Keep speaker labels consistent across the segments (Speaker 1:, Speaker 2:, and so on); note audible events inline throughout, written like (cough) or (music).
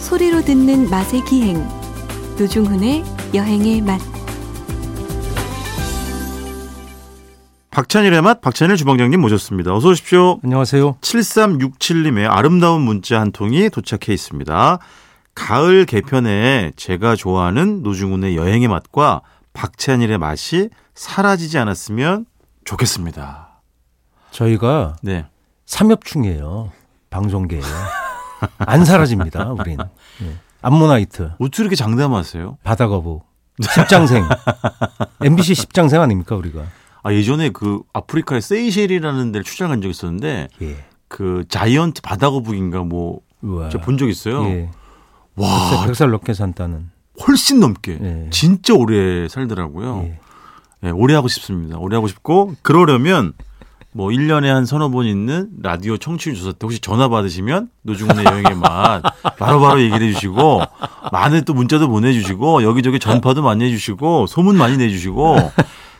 Speaker 1: 소리로 듣는 맛의 기행 노중훈의 여행의 맛
Speaker 2: 박찬일의 맛 박찬일 주방장님 모셨습니다. 어서 오십시오.
Speaker 3: 안녕하세요.
Speaker 2: 7367님의 아름다운 문자 한 통이 도착해 있습니다. 가을 개편에 제가 좋아하는 노중훈의 여행의 맛과 박찬일의 맛이 사라지지 않았으면 좋겠습니다.
Speaker 3: 저희가
Speaker 2: 네.
Speaker 3: 삼엽충이에요. 방송계에. 안 사라집니다, 우린. 예. 암모나이트,
Speaker 2: 어떻게 이렇게 장담하세요?
Speaker 3: 바다거북, (laughs) 십장생. MBC 십장생 아닙니까, 우리가?
Speaker 2: 아, 예전에 그 아프리카의 세이셸이라는 데를 출장 간적 이 있었는데
Speaker 3: 예.
Speaker 2: 그 자이언트 바다거북인가 뭐
Speaker 3: 우와.
Speaker 2: 제가 본 적 있어요.
Speaker 3: 예.
Speaker 2: 와,
Speaker 3: 100살 넘게 산다는.
Speaker 2: 훨씬 넘게
Speaker 3: 예.
Speaker 2: 진짜 오래 살더라고요.
Speaker 3: 예.
Speaker 2: 예, 오래 하고 싶습니다. 오래 하고 싶고 그러려면 뭐 1년에 한 서너 번 있는 라디오 청취율 조사 때 혹시 전화 받으시면 노중훈의 여행의 맛 바로바로 얘기를 해주시고 많은 또 문자도 보내주시고 여기저기 전파도 많이 해주시고 소문 많이 내주시고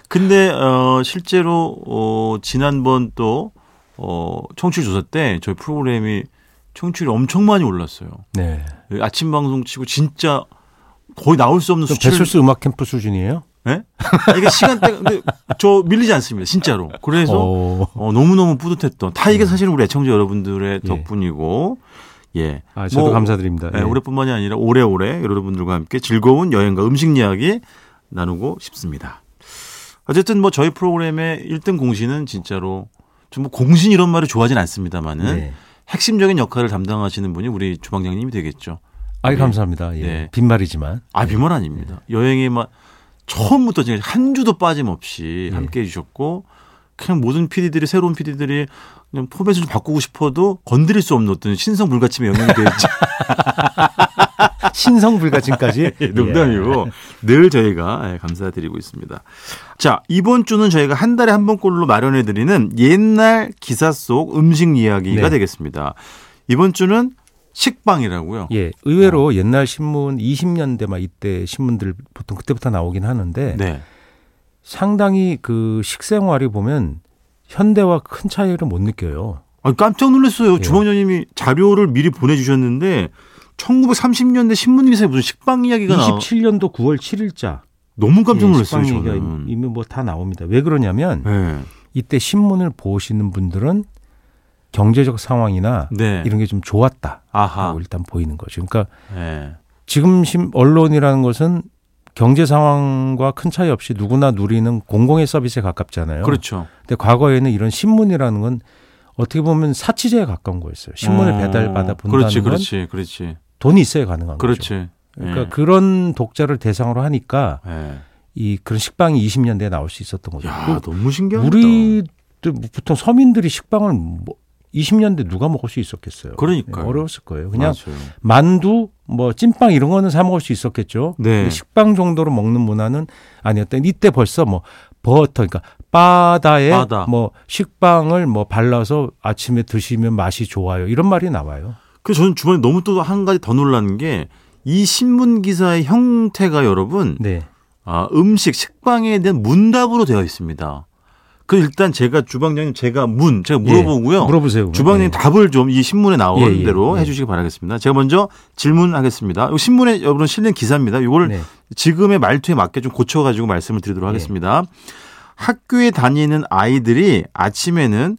Speaker 2: 근데 어 실제로 어 지난번 또어 청취율 조사 때 저희 프로그램이 청취율이 엄청 많이 올랐어요.
Speaker 3: 네.
Speaker 2: 예, 아침 방송 치고 진짜 거의 나올 수 없는
Speaker 3: 좀
Speaker 2: 수치를
Speaker 3: 그 배철수 음악 캠프 수준이에요?
Speaker 2: 예? 아, 이게 시간대 근데 저 밀리지 않습니다. 진짜로. 그래서
Speaker 3: 오.
Speaker 2: 어, 너무너무 뿌듯했던 다
Speaker 3: 음.
Speaker 2: 이게 사실은 우리 애청자 여러분들의 덕분이고 예.
Speaker 3: 예. 아, 저도 감사드립니다.
Speaker 2: 예,
Speaker 3: 예.
Speaker 2: 올해뿐만이 아니라 오래오래 여러분들과 함께 즐거운 여행과 음식 이야기 나누고 싶습니다. 어쨌든 뭐 저희 프로그램의 1등 공신은 진짜로 좀뭐 공신 이런 말을 좋아하진 않습니다만은
Speaker 3: 네.
Speaker 2: 핵심적인 역할을 담당하시는 분이 우리 주방장님이 되겠죠.
Speaker 3: 아이, 감사합니다. 예.
Speaker 2: 네.
Speaker 3: 빈말이지만.
Speaker 2: 아, 비만 아닙니다. 여행에 막 처음부터 지금 한 주도 빠짐없이 함께 해주셨고 그냥 모든 PD들이 새로운 PD들이 그냥 포맷을 좀 바꾸고 싶어도 건드릴 수 없는 어떤 신성 불가침의 영향이 되지
Speaker 3: (laughs) 신성불가침까지.
Speaker 2: 농담이고 늘 저희가 예, 감사드리고 있습니다. 자 이번 주는 저희가 한 달에 한 번꼴로 마련해드리는 옛날 기사 속 음식 이야기가
Speaker 3: 네.
Speaker 2: 되겠습니다. 이번 주는 식빵이라고요.
Speaker 3: 예, 의외로 옛날 신문 20년대 막 이때 신문들 보통 그때부터 나오긴 하는데
Speaker 2: 네.
Speaker 3: 상당히 그 식생활이 보면 현대와 큰 차이를 못 느껴요.
Speaker 2: 아, 깜짝 놀랐어요.
Speaker 3: 예.
Speaker 2: 주방장님이 자료를 미리 보내주셨는데 1930년대 신문기사에 무슨 식빵 이야기가 나와
Speaker 3: 27년도 9월 7일자
Speaker 2: 너무 깜짝 놀랐어요.
Speaker 3: 예, 식빵 얘기가
Speaker 2: 저는.
Speaker 3: 이미 뭐 다 나옵니다. 왜 그러냐면
Speaker 2: 네.
Speaker 3: 이때 신문을 보시는 분들은 경제적 상황이나
Speaker 2: 네.
Speaker 3: 이런 게 좀 좋았다.
Speaker 2: 아하.
Speaker 3: 고 일단 보이는 거죠. 그러니까
Speaker 2: 네.
Speaker 3: 지금 신- 언론이라는 것은 경제 상황과 큰 차이 없이 누구나 누리는 공공의 서비스에 가깝잖아요.
Speaker 2: 그렇죠.
Speaker 3: 근데 과거에는 이런 신문이라는 건 어떻게 보면 사치제에 가까운 거였어요. 신문을
Speaker 2: 어,
Speaker 3: 배달받아 본다는
Speaker 2: 그렇지,
Speaker 3: 건
Speaker 2: 그렇지, 그렇지,
Speaker 3: 돈이 있어야 가능한 거죠.
Speaker 2: 그렇지. 예.
Speaker 3: 그러니까 그 그런 독자를 대상으로 하니까
Speaker 2: 네.
Speaker 3: 이 그런 식빵이 20년대에 나올 수 있었던 거죠.
Speaker 2: 야, 너무
Speaker 3: 그
Speaker 2: 신기하다.
Speaker 3: 우리도 뭐 보통 서민들이 식빵을 뭐 20년대 누가 먹을 수 있었겠어요.
Speaker 2: 그러니까요.
Speaker 3: 네, 어려웠을 거예요. 그냥
Speaker 2: 맞아요.
Speaker 3: 만두, 뭐 찐빵 이런 거는 사 먹을 수 있었겠죠.
Speaker 2: 네.
Speaker 3: 근데 식빵 정도로 먹는 문화는 아니었던. 이때 벌써 뭐 버터, 그러니까 바다에
Speaker 2: 바다.
Speaker 3: 뭐 식빵을 뭐 발라서 아침에 드시면 맛이 좋아요. 이런 말이 나와요.
Speaker 2: 그래서 저는 주방에 너무 또 한 가지 더 놀란 게 이 신문 기사의 형태가 여러분
Speaker 3: 네,
Speaker 2: 아, 음식 식빵에 대한 문답으로 되어 있습니다. 그 일단 제가 주방장님 제가 문 제가 물어보고요.
Speaker 3: 예, 물어보세요. 그러면.
Speaker 2: 주방장님
Speaker 3: 예.
Speaker 2: 답을 좀 이 신문에 나온
Speaker 3: 예, 예,
Speaker 2: 대로
Speaker 3: 예.
Speaker 2: 해주시기 바라겠습니다. 제가 먼저 질문하겠습니다. 이 신문에 여러분 실린 기사입니다. 이걸
Speaker 3: 네. 예.
Speaker 2: 지금의 말투에 맞게 좀 고쳐가지고 말씀을 드리도록 하겠습니다. 학교에 다니는 아이들이 아침에는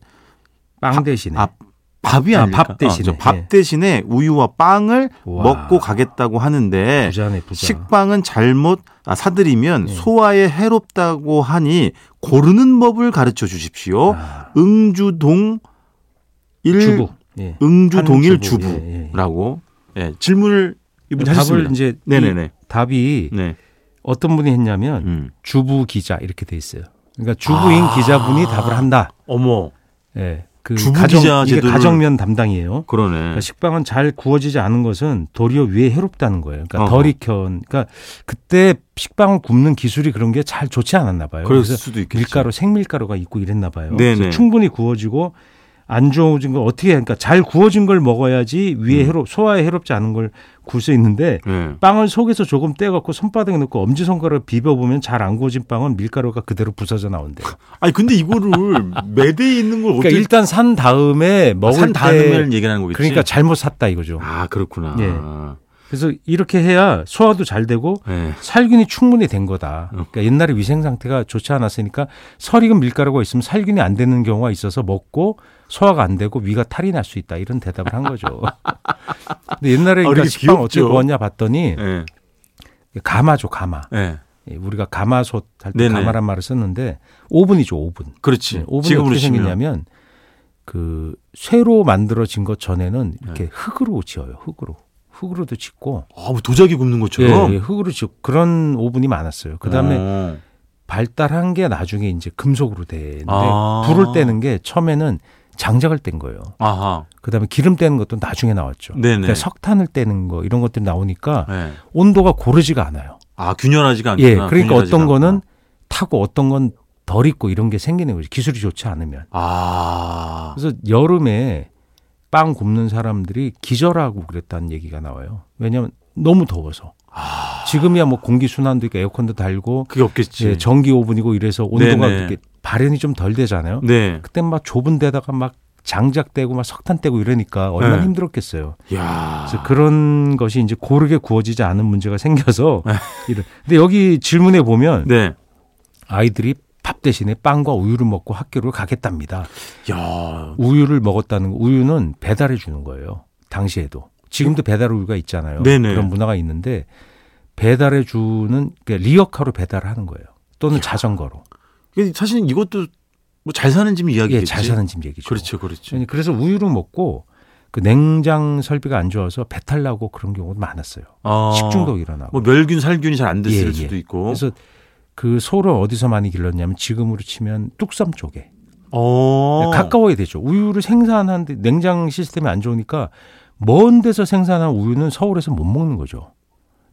Speaker 3: 빵 대신에
Speaker 2: 아, 밥이
Speaker 3: 네. 아,
Speaker 2: 아니라
Speaker 3: 밥 대신에.
Speaker 2: 밥
Speaker 3: 예.
Speaker 2: 대신에 우유와 빵을
Speaker 3: 우와.
Speaker 2: 먹고 가겠다고 하는데
Speaker 3: 부자네 부자.
Speaker 2: 식빵은 잘못 아, 사들이면
Speaker 3: 예.
Speaker 2: 소화에 해롭다고 하니 고르는 법을 가르쳐 주십시오.
Speaker 3: 아,
Speaker 2: 응주동 일
Speaker 3: 주부. 예.
Speaker 2: 응주동일
Speaker 3: 한 주부.
Speaker 2: 주부.
Speaker 3: 예, 예.
Speaker 2: 라고 예, 질문을 이분
Speaker 3: 답을
Speaker 2: 하셨습니다.
Speaker 3: 이제 이
Speaker 2: 네네네.
Speaker 3: 답이
Speaker 2: 네.
Speaker 3: 어떤 분이 했냐면
Speaker 2: 음. 아.
Speaker 3: 주부 기자 이렇게 돼 있어요. 그러니까 주부인 기자분이 답을 한다.
Speaker 2: 어머
Speaker 3: 예. 그
Speaker 2: 주부
Speaker 3: 가정
Speaker 2: 기자
Speaker 3: 이게
Speaker 2: 제도를-
Speaker 3: 가정면 담당이에요.
Speaker 2: 그러네.
Speaker 3: 그러니까 식빵은 잘 구워지지 않은 것은 도리어 위에 해롭다는 거예요. 그러니까
Speaker 2: 어허.
Speaker 3: 덜 익혀온. 그러니까 그때 식빵을 굽는 기술이 그런 게 잘 좋지 않았나 봐요.
Speaker 2: 그럴
Speaker 3: 그래서
Speaker 2: 수도 있겠죠.
Speaker 3: 밀가루 생밀가루가 있고 이랬나 봐요.
Speaker 2: 네네.
Speaker 3: 그래서 충분히 구워지고 안 좋아진 걸 어떻게 해? 그러니까 잘 구워진 걸 먹어야지
Speaker 2: 음.
Speaker 3: 위에 해롭 소화에 해롭지 않은 걸 구울 수 있는데
Speaker 2: 예.
Speaker 3: 빵을 속에서 조금 떼갖고 손바닥에 넣고 엄지손가락 비벼보면 잘 안 구워진 빵은 밀가루가 그대로 부서져 나온대.
Speaker 2: 아니 근데 이거를 매대에 있는 걸
Speaker 3: 그러니까
Speaker 2: 어떻게
Speaker 3: 일단 산 다음에 먹을
Speaker 2: 산
Speaker 3: 때
Speaker 2: 다음을 얘기하는 거겠지.
Speaker 3: 그러니까 잘못 샀다 이거죠.
Speaker 2: 아 그렇구나.
Speaker 3: 예. 그래서 이렇게 해야 소화도 잘 되고
Speaker 2: 예.
Speaker 3: 살균이 충분히 된 거다.
Speaker 2: 음.
Speaker 3: 그러니까 옛날에 위생 상태가 좋지 않았으니까 설익은 밀가루가 있으면 살균이 안 되는 경우가 있어서 먹고 소화가 안 되고 위가 탈이 날 수 있다 이런 대답을
Speaker 2: (laughs)
Speaker 3: 한 거죠. 근데 옛날에
Speaker 2: 아,
Speaker 3: 그러니까
Speaker 2: 이게
Speaker 3: 식빵 어떻게
Speaker 2: 귀엽죠.
Speaker 3: 구웠냐 봤더니
Speaker 2: 예.
Speaker 3: 가마죠 가마.
Speaker 2: 예.
Speaker 3: 예, 우리가 가마솥 할 때
Speaker 2: 네네.
Speaker 3: 가마란 말을 썼는데 오븐이죠 오븐.
Speaker 2: 그렇지.
Speaker 3: 네, 오븐이
Speaker 2: 지금으로
Speaker 3: 어떻게
Speaker 2: 치면
Speaker 3: 생겼냐면 그 쇠로 만들어진 것 전에는
Speaker 2: 네.
Speaker 3: 이렇게 흙으로 지어요. 흙으로. 흙으로도 짓고
Speaker 2: 아, 뭐 도자기 굽는 것처럼.
Speaker 3: 예, 예, 흙으로 짓고 그런 오븐이 많았어요. 그다음에
Speaker 2: 어.
Speaker 3: 발달한 게 나중에 이제 금속으로 되는데
Speaker 2: 아.
Speaker 3: 불을 떼는 게 처음에는 장작을 뗀 거예요.
Speaker 2: 아하.
Speaker 3: 그다음에 기름 떼는 것도 나중에 나왔죠.
Speaker 2: 네네.
Speaker 3: 그러니까 석탄을 떼는 거 이런 것들이 나오니까
Speaker 2: 예.
Speaker 3: 온도가 고르지가 않아요.
Speaker 2: 아, 균열하지가 않구나.
Speaker 3: 예, 그러니까
Speaker 2: 균열하지가
Speaker 3: 어떤 거는
Speaker 2: 않구나.
Speaker 3: 타고 어떤 건 덜 익고 이런 게 생기는 거죠. 기술이 좋지 않으면.
Speaker 2: 아.
Speaker 3: 그래서 여름에 빵 굽는 사람들이 기절하고 그랬다는 얘기가 나와요. 왜냐하면 너무 더워서.
Speaker 2: 아.
Speaker 3: 지금이야 뭐 공기 순환도 있고 에어컨도 달고
Speaker 2: 그게 없겠지.
Speaker 3: 예, 전기 오븐이고 이래서 온도가
Speaker 2: 음. 네네.
Speaker 3: 이렇게 발현이 좀 덜 되잖아요.
Speaker 2: 네.
Speaker 3: 그때 막 좁은 데다가 막 장작 떼고 막 석탄 떼고 이러니까 얼마나
Speaker 2: 네. 아.
Speaker 3: 힘들었겠어요.
Speaker 2: 야.
Speaker 3: 그래서 그런 것이 이제 고르게 구워지지 않은 문제가 생겨서 (laughs) 이런. 근데 여기 질문에 보면
Speaker 2: 네.
Speaker 3: 아이들이 밥 대신에 빵과 우유를 먹고 학교를 가겠답니다.
Speaker 2: 야.
Speaker 3: 우유를 먹었다는 거, 우유는 배달해 주는 거예요. 당시에도. 지금도 배달 우유가 있잖아요.
Speaker 2: 네네.
Speaker 3: 그런 문화가 있는데 배달해 주는 그러니까 리어카로 배달을 하는 거예요. 또는 자전거로.
Speaker 2: 이게 그 사실 이것도 뭐 잘 사는 집
Speaker 3: 예,
Speaker 2: 이야기겠지.
Speaker 3: 잘 사는 집 얘기죠.
Speaker 2: 그렇죠, 그렇죠.
Speaker 3: 아니, 그래서 우유를 먹고 그 냉장 설비가 안 좋아서 배탈 나고 그런 경우도 많았어요.
Speaker 2: 아,
Speaker 3: 식중독 일어나고.
Speaker 2: 뭐 멸균 살균이 잘 안 됐을
Speaker 3: 예, 예.
Speaker 2: 수도 있고.
Speaker 3: 그래서 그 소를 어디서 많이 길렀냐면 지금으로 치면 뚝섬 쪽에 네,
Speaker 2: 어.
Speaker 3: 예, 가까워야 되죠. 우유를 생산하는데 냉장 시스템이 안 좋으니까 먼 데서 생산한 우유는 서울에서 못 먹는 거죠.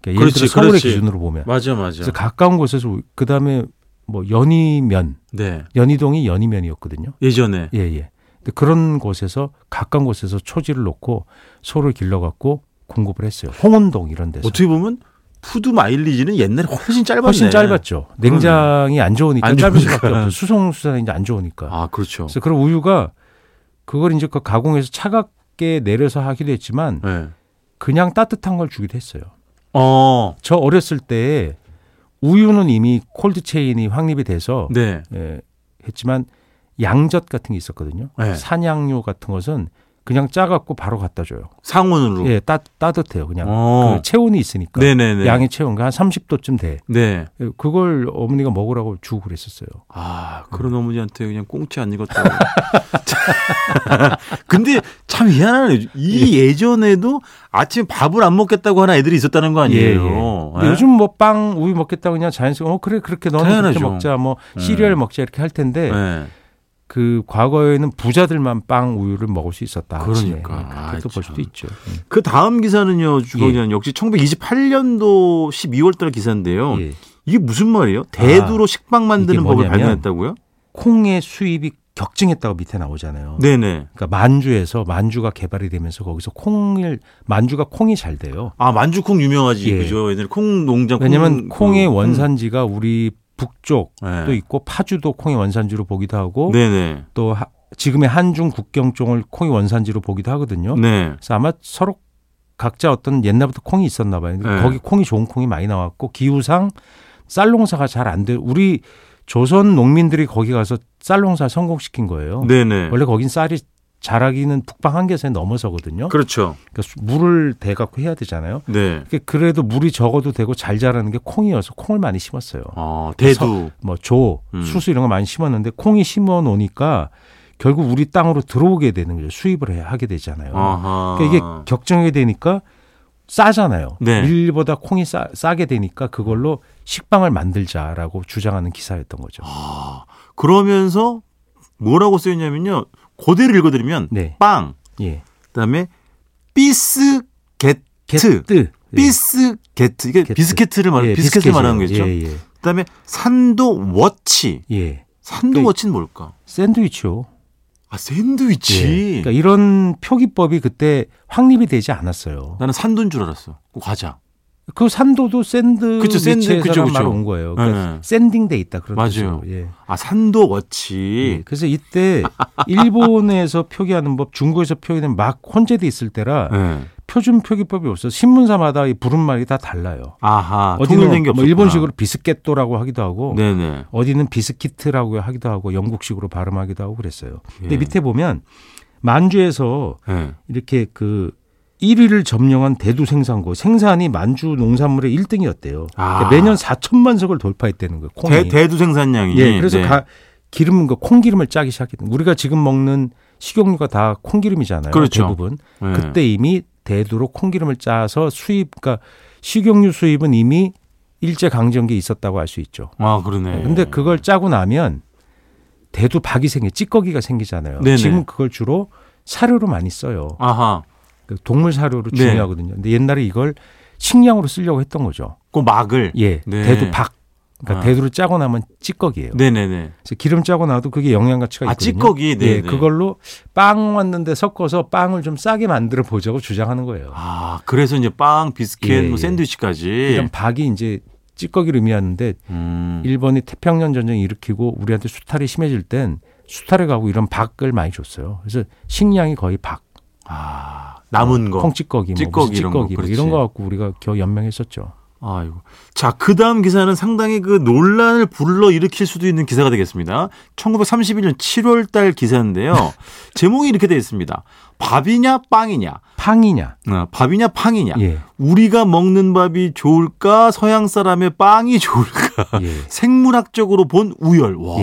Speaker 3: 그러니까 예를 들어
Speaker 2: 그렇지,
Speaker 3: 서울의
Speaker 2: 그렇지.
Speaker 3: 기준으로 보면
Speaker 2: 맞아, 맞아.
Speaker 3: 그래서 가까운 곳에서 그 다음에 뭐 연희면
Speaker 2: 네.
Speaker 3: 연희동이 연희면이었거든요.
Speaker 2: 예전에.
Speaker 3: 예, 예. 근데 그런 곳에서 가까운 곳에서 초지를 놓고 소를 길러갖고 공급을 했어요. 홍원동 이런 데서.
Speaker 2: 어떻게 보면 푸드 마일리지는 옛날에 훨씬 짧았네.
Speaker 3: 훨씬 짧았죠. 냉장이 안 좋으니까
Speaker 2: 안
Speaker 3: 짧을
Speaker 2: 좋으니까. (laughs)
Speaker 3: 수밖에 없어. 수송수단이 이제 안 좋으니까.
Speaker 2: 아, 그렇죠.
Speaker 3: 그래서 그런 우유가 그걸 이제 그 가공해서 차갑게 내려서 하기도 했지만
Speaker 2: 네.
Speaker 3: 그냥 따뜻한 걸 주기도 했어요.
Speaker 2: 어.
Speaker 3: 저 어렸을 때 우유는 이미 콜드 체인이 확립이 돼서
Speaker 2: 네.
Speaker 3: 예, 했지만 양젖 같은 게 있었거든요.
Speaker 2: 네.
Speaker 3: 산양유 같은 것은 그냥 짜갖고 바로 갖다 줘요.
Speaker 2: 상온으로.
Speaker 3: 예, 따, 따뜻해요. 그냥
Speaker 2: 어.
Speaker 3: 그 체온이 있으니까
Speaker 2: 네네네.
Speaker 3: 양의 체온가 한 30도쯤 돼.
Speaker 2: 네.
Speaker 3: 예, 그걸 어머니가 먹으라고 주고 그랬었어요.
Speaker 2: 아, 그런 어머니한테 그냥 꽁치 안
Speaker 3: (laughs)
Speaker 2: 익었다고. 근데 참 희한하네요. 이 예전에도 아침 밥을 안 먹겠다고 하는 애들이 있었다는 거 아니에요.
Speaker 3: 예, 예. 근데
Speaker 2: 예?
Speaker 3: 요즘 뭐 빵 우유 먹겠다 그냥 자연스럽게 어 그래 그렇게 너는 그렇게
Speaker 2: 당연하죠.
Speaker 3: 먹자 뭐
Speaker 2: 음.
Speaker 3: 시리얼 먹자 이렇게 할 텐데
Speaker 2: 예.
Speaker 3: 그 과거에는 부자들만 빵 우유를 먹을 수 있었다. 아침에. 예,
Speaker 2: 그러니까. 아,
Speaker 3: 그렇게도
Speaker 2: 참.
Speaker 3: 볼 수도 있죠. 음.
Speaker 2: 그 다음 기사는요,
Speaker 3: 예.
Speaker 2: 주거기는 역시 1928년도 12월달 기사인데요.
Speaker 3: 예. 아,
Speaker 2: 이게 무슨 말이에요? 대두로 식빵 만드는
Speaker 3: 이게
Speaker 2: 법을
Speaker 3: 뭐냐면-
Speaker 2: 발견했다고요?
Speaker 3: 콩의 수입이 격증했다고 밑에 나오잖아요.
Speaker 2: 네네.
Speaker 3: 그러니까 만주에서 만주가 개발이 되면서 거기서 콩을 만주가 콩이 잘 돼요.
Speaker 2: 아 만주콩 유명하지
Speaker 3: 예.
Speaker 2: 그죠? 옛날 콩 농장.
Speaker 3: 왜냐하면
Speaker 2: 콩-
Speaker 3: 콩의
Speaker 2: 그-
Speaker 3: 원산지가 우리 북쪽도
Speaker 2: 네.
Speaker 3: 있고 파주도 콩의 원산지로 보기도 하고
Speaker 2: 네네.
Speaker 3: 또 하- 지금의 한중 국경 쪽을 콩의 원산지로 보기도 하거든요.
Speaker 2: 네.
Speaker 3: 그래서 아마 서로 각자 어떤 옛날부터 콩이 있었나 봐요. 근데
Speaker 2: 네.
Speaker 3: 거기 콩이 좋은 콩이 많이 나왔고 기후상 쌀 농사가 잘 안 돼. 우리 조선 농민들이 거기 가서 쌀 농사 성공시킨 거예요.
Speaker 2: 네네.
Speaker 3: 어? 원래 거긴 쌀이 자라기는 북방 한계선에 넘어서거든요.
Speaker 2: 그렇죠.
Speaker 3: 그러니까 수- 물을 대 갖고 해야 되잖아요.
Speaker 2: 네.
Speaker 3: 그러니까 그래도 물이 적어도 되고 잘 자라는 게 콩이어서 콩을 많이 심었어요.
Speaker 2: 어 대두.
Speaker 3: 뭐 조
Speaker 2: 음.
Speaker 3: 수수 이런 거 많이 심었는데 콩이 심어 놓으니까 결국 우리 땅으로 들어오게 되는 거죠. 수입을 해- 하게 되잖아요.
Speaker 2: 아하.
Speaker 3: 그러니까 이게 격정이 되니까 싸잖아요.
Speaker 2: 네.
Speaker 3: 밀보다 콩이 싸, 싸게 되니까 그걸로 식빵을 만들자라고 주장하는 기사였던 거죠.
Speaker 2: 아. 그러면서 뭐라고 쓰였냐면요. 그대로 읽어드리면
Speaker 3: 네.
Speaker 2: 빵.
Speaker 3: 예.
Speaker 2: 그다음에 비스 게트.
Speaker 3: 게뜨.
Speaker 2: 비스 게트. 이게
Speaker 3: 예. 게트.
Speaker 2: 비스켓을 말
Speaker 3: 예,
Speaker 2: 비스켓을 말하는
Speaker 3: 비스켓이에요.
Speaker 2: 거겠죠.
Speaker 3: 예,
Speaker 2: 그다음에 산도 워치.
Speaker 3: 예. 예.
Speaker 2: 산도
Speaker 3: 그-
Speaker 2: 워치는 뭘까?
Speaker 3: 샌드위치요.
Speaker 2: 아
Speaker 3: 예.
Speaker 2: 샌드위치.
Speaker 3: 그러니까 이런 표기법이 그때 확립이 되지 않았어요.
Speaker 2: 나는 산도인 줄 알았어. 그 과자.
Speaker 3: 그 산도도 샌드
Speaker 2: 그쵸, 샌드, 그쵸,
Speaker 3: 위치에서란
Speaker 2: 그쵸.
Speaker 3: 말온 거예요. 그러니까
Speaker 2: 네.
Speaker 3: 샌딩돼 있다 그런
Speaker 2: 맞아요.
Speaker 3: 뜻으로. 예.
Speaker 2: 아 산도
Speaker 3: 예.
Speaker 2: 워치. (laughs)
Speaker 3: 그래서 이때 일본에서 표기하는 법, 중국에서 표기는 막 혼재돼 있을 때라
Speaker 2: 예.
Speaker 3: 표준 표기법이 없어. 서 신문사마다 이 부른 말이 다 달라요.
Speaker 2: 아하. 통일된
Speaker 3: 어디는
Speaker 2: 게 없었구나.
Speaker 3: 뭐 일본식으로 비스켓도라고 하기도 하고
Speaker 2: 네네.
Speaker 3: 어디는 비스키트라고 하기도 하고 영국식으로 발음하기도 하고 그랬어요. 근데
Speaker 2: 예.
Speaker 3: 밑에 보면 만주에서
Speaker 2: 예.
Speaker 3: 이렇게 그 1위를 점령한 대두 생산고 생산이 만주 농산물의 1등이었대요. 그러니까
Speaker 2: 아.
Speaker 3: 매년 4천만 석을 돌파했다는 거예요. 콩이.
Speaker 2: 대, 대두 생산량이.
Speaker 3: 예, 그래서
Speaker 2: 네.
Speaker 3: 가, 기름 그 콩기름을 짜기 시작했던. 우리가 지금 먹는 식용유가 다 콩기름이잖아요.
Speaker 2: 그렇죠.
Speaker 3: 대부분.
Speaker 2: 예.
Speaker 3: 그때 이미 대두로 콩기름을 짜서 수입 그러니까 식용유 수입은 이미 일제 강점기에 있었다고 알 수 있죠.
Speaker 2: 아 그러네.
Speaker 3: 근데 그걸 짜고 나면 대두 박이 생겨 찌꺼기가 생기잖아요.
Speaker 2: 네네.
Speaker 3: 지금 그걸 주로 사료로 많이 써요.
Speaker 2: 아하.
Speaker 3: 그 동물 사료로
Speaker 2: 네.
Speaker 3: 중요하거든요. 근데 옛날에 이걸 식량으로 쓰려고 했던 거죠.
Speaker 2: 그 막을.
Speaker 3: 예,
Speaker 2: 네.
Speaker 3: 대두 박. 그러니까
Speaker 2: 아.
Speaker 3: 대두를 짜고 나면 찌꺼기예요.
Speaker 2: 네네네.
Speaker 3: 그래서 기름 짜고 나도 그게 영양 가치가
Speaker 2: 아,
Speaker 3: 있거든요.
Speaker 2: 찌꺼기? 네,
Speaker 3: 예,
Speaker 2: 네.
Speaker 3: 그걸로 빵 왔는데 섞어서 빵을 좀 싸게 만들어 보자고 주장하는 거예요.
Speaker 2: 아 그래서 이제 빵, 비스켓,
Speaker 3: 예,
Speaker 2: 뭐
Speaker 3: 예.
Speaker 2: 샌드위치까지.
Speaker 3: 이런 박이 이제 찌꺼기를 의미하는데
Speaker 2: 음.
Speaker 3: 일본이 태평양 전쟁 일으키고 우리한테 수탈이 심해질 땐 수탈에 가고 이런 박을 많이 줬어요. 그래서 식량이 거의 박,
Speaker 2: 아 남은 거.
Speaker 3: 콩찌꺼기, 뭐
Speaker 2: 찌꺼기
Speaker 3: 찌꺼기,
Speaker 2: 이런
Speaker 3: 찌꺼기
Speaker 2: 거,
Speaker 3: 뭐 이런,
Speaker 2: 그렇지.
Speaker 3: 거 갖고 우리가 겨우 연명했었죠.
Speaker 2: 아이고. 자, 그 다음 기사는 상당히 그 논란을 불러 일으킬 수도 있는 기사가 되겠습니다. 1931년 7월 달 기사인데요.
Speaker 3: (laughs)
Speaker 2: 제목이 이렇게 되어 있습니다. 밥이냐, 빵이냐.
Speaker 3: 팡이냐?
Speaker 2: 어, 밥이냐, 팡이냐.
Speaker 3: 예.
Speaker 2: 우리가 먹는 밥이 좋을까, 서양 사람의 빵이 좋을까.
Speaker 3: 예.
Speaker 2: 생물학적으로 본 우열. 와.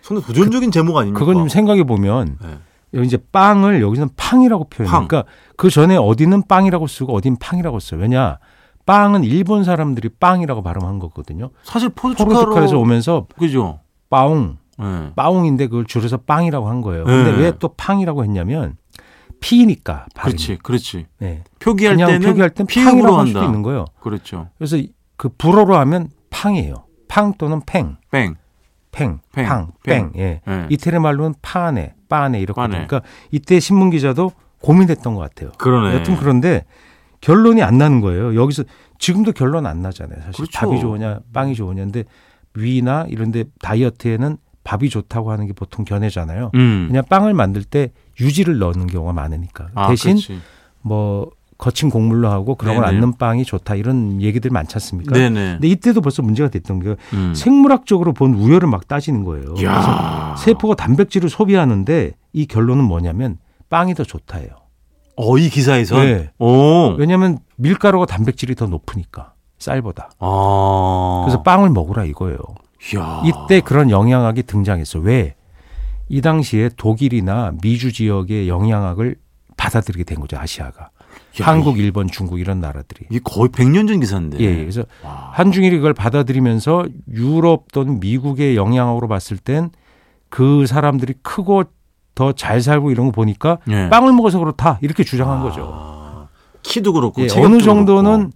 Speaker 2: 상당히 도전적인 제목 아닙니까?
Speaker 3: 그건 좀 생각해 보면
Speaker 2: 네.
Speaker 3: 여기 이제 빵을 여기서는 팡이라고 표현해.
Speaker 2: 팡.
Speaker 3: 그러니까 그 전에 어디는 빵이라고 쓰고 어딘 팡이라고 써요. 왜냐? 빵은 일본 사람들이 빵이라고 발음한 거거든요.
Speaker 2: 사실 포르투갈로.
Speaker 3: 포르투갈에서 오면서
Speaker 2: 그죠.
Speaker 3: 빠옹,
Speaker 2: 예.
Speaker 3: 빠옹인데 그걸 줄여서 빵이라고 한 거예요.
Speaker 2: 네.
Speaker 3: 근데 왜 또 팡이라고 했냐면 피니까 발음이.
Speaker 2: 그렇지, 그렇지.
Speaker 3: 네.
Speaker 2: 표기할
Speaker 3: 그냥
Speaker 2: 때는
Speaker 3: 표기할 땐
Speaker 2: 피음으로
Speaker 3: 팡이라고 할 수도
Speaker 2: 한다.
Speaker 3: 있는 거예요.
Speaker 2: 그렇죠.
Speaker 3: 그래서 이- 그 불어로 하면 팡이에요. 팡 또는 팽,
Speaker 2: 뺑.
Speaker 3: 팽,
Speaker 2: 팽,
Speaker 3: 팡,
Speaker 2: 팽.
Speaker 3: 팽. 예.
Speaker 2: 예.
Speaker 3: 이태리 말로는 파네, 빠네 이렇게.
Speaker 2: 빠네.
Speaker 3: 그러니까 이때 신문 기자도 고민했던 것 같아요.
Speaker 2: 그러네.
Speaker 3: 여튼 그런데 결론이 안 나는 거예요. 여기서 지금도 결론 안 나잖아요. 사실
Speaker 2: 그렇죠.
Speaker 3: 밥이 좋으냐 빵이 좋으냐인데 위나 이런데 다이어트에는 밥이 좋다고 하는 게 보통 견해잖아요.
Speaker 2: 음.
Speaker 3: 그냥 빵을 만들 때 유지를 넣는 경우가 많으니까
Speaker 2: 아,
Speaker 3: 대신
Speaker 2: 그렇지.
Speaker 3: 뭐 거친 곡물로 하고 그런 걸
Speaker 2: 네네.
Speaker 3: 안는 빵이 좋다 이런 얘기들 많지 않습니까?
Speaker 2: 네네.
Speaker 3: 그러니까 근데 이때도 벌써 문제가 됐던 게
Speaker 2: 음.
Speaker 3: 생물학적으로 본 우열을 막 따지는 거예요.
Speaker 2: 야
Speaker 3: 세포가 단백질을 소비하는데 이 결론은 뭐냐면 빵이 더 좋다예요.
Speaker 2: 어, 이 기사에서.
Speaker 3: 네.
Speaker 2: 오.
Speaker 3: 왜냐하면 밀가루가 단백질이 더 높으니까 쌀보다.
Speaker 2: 아.
Speaker 3: 그래서 빵을 먹으라 이거예요.
Speaker 2: 이야.
Speaker 3: 이때 그런 영양학이 등장했어. 왜? 이 당시에 독일이나 미주 지역의 영양학을 받아들이게 된 거죠. 아시아가.
Speaker 2: 야,
Speaker 3: 한국, 일본, 중국 이런 나라들이.
Speaker 2: 이게 거의 100년 전 기사인데.
Speaker 3: 예, 예. 그래서
Speaker 2: 와.
Speaker 3: 한중일이 그걸 받아들이면서 유럽 또는 미국의 영향으로 봤을 땐 그 사람들이 크고 더 잘 살고 이런 거 보니까
Speaker 2: 예.
Speaker 3: 빵을 먹어서 그렇다 이렇게 주장한 거죠.
Speaker 2: 아, 키도 그렇고
Speaker 3: 예,
Speaker 2: 체격도
Speaker 3: 어느 정도는
Speaker 2: 그렇고.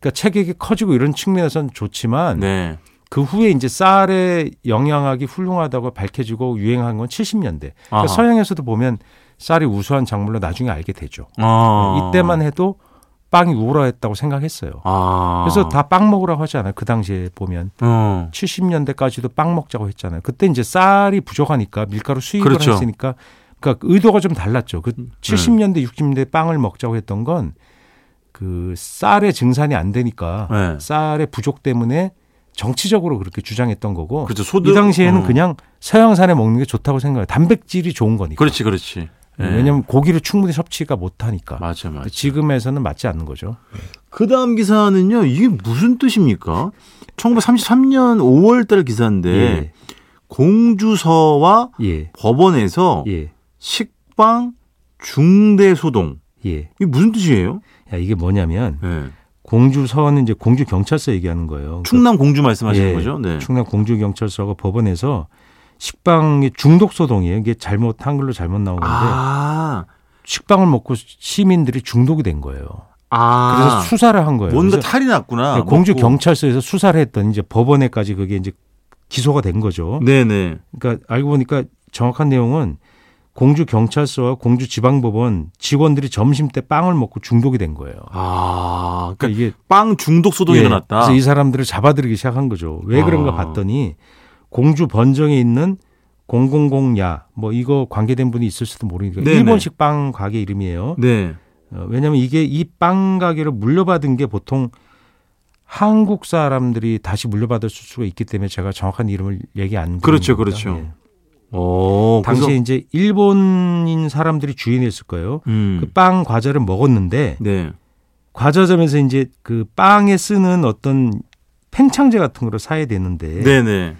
Speaker 3: 그러니까 체격이 커지고 이런 측면에서는 좋지만
Speaker 2: 네.
Speaker 3: 그 후에 이제 쌀의 영향학이 훌륭하다고 밝혀지고 유행한 건 70년대.
Speaker 2: 아하.
Speaker 3: 그러니까 서양에서도 보면 쌀이 우수한 작물로 나중에 알게 되죠.
Speaker 2: 아.
Speaker 3: 이때만 해도 빵이 우월했다고 생각했어요.
Speaker 2: 아.
Speaker 3: 그래서 다 빵 먹으라고 하지 않아요. 그 당시에 보면
Speaker 2: 어.
Speaker 3: 70년대까지도 빵 먹자고 했잖아요. 그때 이제 쌀이 부족하니까 밀가루 수입을
Speaker 2: 그렇죠. 음.
Speaker 3: 했으니까 그러니까 의도가 좀 달랐죠. 그 70년대 60년대 빵을 먹자고 했던 건 그 쌀의 증산이 안 되니까
Speaker 2: 네.
Speaker 3: 쌀의 부족 때문에 정치적으로 그렇게 주장했던 거고
Speaker 2: 그렇죠. 소득-
Speaker 3: 이 당시에는
Speaker 2: 어.
Speaker 3: 그냥 서양산에 먹는 게 좋다고 생각해요. 단백질이 좋은 거니까. 네.
Speaker 2: 그렇지, 그렇지. 예.
Speaker 3: 왜냐하면 고기를 충분히 섭취가 못하니까.
Speaker 2: 맞아, 맞아.
Speaker 3: 지금에서는 맞지 않는 거죠.
Speaker 2: 그 다음 기사는요, 이게 무슨 뜻입니까? 1933년 5월달 기사인데, 공주서와
Speaker 3: 예,
Speaker 2: 법원에서
Speaker 3: 예,
Speaker 2: 식빵 중대 소동.
Speaker 3: 예.
Speaker 2: 이게 무슨 뜻이에요?
Speaker 3: 야, 이게 뭐냐면
Speaker 2: 예.
Speaker 3: 공주 서원은 이제 공주 경찰서 얘기하는 거예요.
Speaker 2: 충남 공주 말씀하시는
Speaker 3: 예,
Speaker 2: 거죠? 네.
Speaker 3: 충남 공주 경찰서가 법원에서 식빵이 중독 소동이에요. 이게 잘못 한글로 잘못 나오는데
Speaker 2: 아,
Speaker 3: 식빵을 먹고 시민들이 중독이 된 거예요.
Speaker 2: 아.
Speaker 3: 그래서 수사를 한 거예요.
Speaker 2: 뭔가
Speaker 3: 그래서
Speaker 2: 탈이 났구나.
Speaker 3: 공주
Speaker 2: 먹고.
Speaker 3: 경찰서에서 수사를 했더니 이제 법원에까지 그게 이제 기소가 된 거죠.
Speaker 2: 네네.
Speaker 3: 그러니까 알고 보니까 정확한 내용은 공주 경찰서와 공주 지방법원 직원들이 점심 때 빵을 먹고 중독이 된 거예요.
Speaker 2: 아, 그러니까
Speaker 3: 이게
Speaker 2: 빵 중독 소동이
Speaker 3: 예,
Speaker 2: 일어났다.
Speaker 3: 그래서 이 사람들을 잡아들이기 시작한 거죠. 왜 그런가
Speaker 2: 아.
Speaker 3: 봤더니 공주 번정에 있는 000야 뭐 이거 관계된 분이 있을 수도 모르니까
Speaker 2: 네네.
Speaker 3: 일본식 빵 가게 이름이에요.
Speaker 2: 네.
Speaker 3: 어, 왜냐하면 이게 이 빵 가게를 물려받은 게 보통 한국 사람들이 다시 물려받을 수가 있기 때문에 제가 정확한 이름을 얘기 안 드립니다. 예.
Speaker 2: 그렇죠, 그렇죠. 오,
Speaker 3: 음, 당시에
Speaker 2: 그래서-
Speaker 3: 이제 일본인 사람들이 주인했을 거예요.
Speaker 2: 음.
Speaker 3: 그 빵 과자를 먹었는데
Speaker 2: 네.
Speaker 3: 과자점에서 이제 그 빵에 쓰는 어떤 팽창제 같은 거를 사야 되는데
Speaker 2: 네, 네.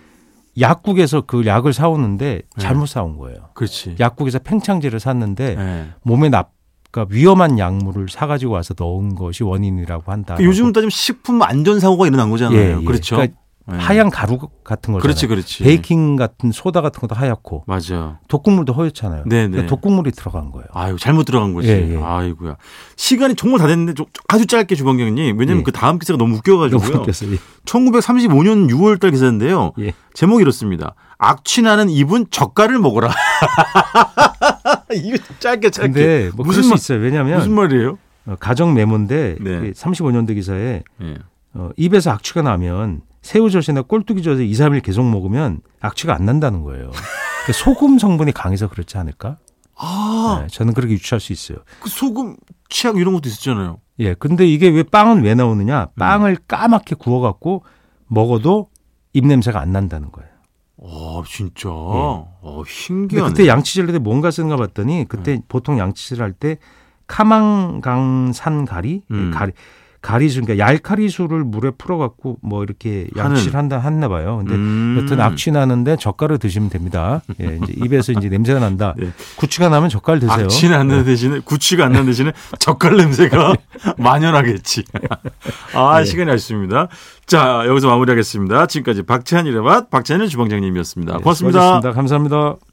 Speaker 3: 약국에서 그 약을 사오는데 잘못 사온 거예요.
Speaker 2: 그렇지.
Speaker 3: 약국에서 팽창제를 샀는데
Speaker 2: 네.
Speaker 3: 몸에 나 그러니까 위험한 약물을 사가지고 와서 넣은 것이 원인이라고 한다.
Speaker 2: 그러니까 요즘 따지면 식품 안전 사고가 일어난 거잖아요.
Speaker 3: 뭐 예, 예.
Speaker 2: 그렇죠.
Speaker 3: 그러니까
Speaker 2: 예.
Speaker 3: 하얀 가루 같은 거잖아요.
Speaker 2: 그렇지, 그렇지.
Speaker 3: 베이킹 같은 소다 같은 것도 하얗고
Speaker 2: 맞아.
Speaker 3: 독극물도 허옇잖아요.
Speaker 2: 네네.
Speaker 3: 그러니까 독극물이 들어간 거예요.
Speaker 2: 아유 잘못 들어간 거지.
Speaker 3: 예, 예.
Speaker 2: 아이고야. 시간이 정말 다 됐는데 좀, 좀 아주 짧게 주방장님. 왜냐면
Speaker 3: 예.
Speaker 2: 그 다음 기사가 너무
Speaker 3: 너무
Speaker 2: 웃겨가지고요.
Speaker 3: 웃겼어요.
Speaker 2: 1935년 6월달 기사인데요.
Speaker 3: 예.
Speaker 2: 제목이 이렇습니다. 악취나는 입은 젓갈을 먹어라. (laughs) 이거 짧게 짧게.
Speaker 3: 근데
Speaker 2: 무슨
Speaker 3: 뭐 무슨 그럴 수
Speaker 2: 말-
Speaker 3: 있어요. 왜냐하면
Speaker 2: 무슨 말이에요?
Speaker 3: 어, 가정 메모인데
Speaker 2: 네.
Speaker 3: 35년대 기사에
Speaker 2: 예.
Speaker 3: 어, 입에서 악취가 나면 새우젓이나 꼴뚜기젓을 2, 3일 계속 먹으면 악취가 안 난다는 거예요. 그러니까 소금 성분이 강해서 그렇지 않을까?
Speaker 2: 아,
Speaker 3: 네, 저는 그렇게 유추할 수 있어요.
Speaker 2: 그 소금 치약 이런 것도 있었잖아요.
Speaker 3: 예, 근데 이게 왜 빵은 왜 나오느냐?
Speaker 2: 음.
Speaker 3: 빵을 까맣게 구워갖고 먹어도 입 냄새가 안 난다는 거예요.
Speaker 2: 아, 진짜. 어,
Speaker 3: 예. 근데
Speaker 2: 신기하네.
Speaker 3: 그때 양치질을 때 뭔가 쓰는가 봤더니 그때
Speaker 2: 음.
Speaker 3: 보통 양치질 할 때 카망강산 가리, 예,
Speaker 2: 음.
Speaker 3: 가리 가리수 그러니까 얄카리수를 물에 풀어갖고 뭐 이렇게
Speaker 2: 하는.
Speaker 3: 양치를 한다 했나 봐요. 근데
Speaker 2: 음.
Speaker 3: 여튼 악취 나는데 젓갈을 드시면 됩니다. 예, 이제 입에서 이제
Speaker 2: (laughs)
Speaker 3: 냄새가 난다.
Speaker 2: 네.
Speaker 3: 구취가 나면 젓갈 드세요. 예.
Speaker 2: 악취는 안 나는 대신에 구취가 안 나는
Speaker 3: (laughs)
Speaker 2: 대신에 젓갈 냄새가 만연하겠지.
Speaker 3: 예.
Speaker 2: 아 시간이 아쉽습니다. 자 여기서 마무리하겠습니다. 지금까지 박찬일의 맛 박찬일 주방장님이었습니다.
Speaker 3: 네,
Speaker 2: 고맙습니다.
Speaker 3: 수고하셨습니다. 감사합니다.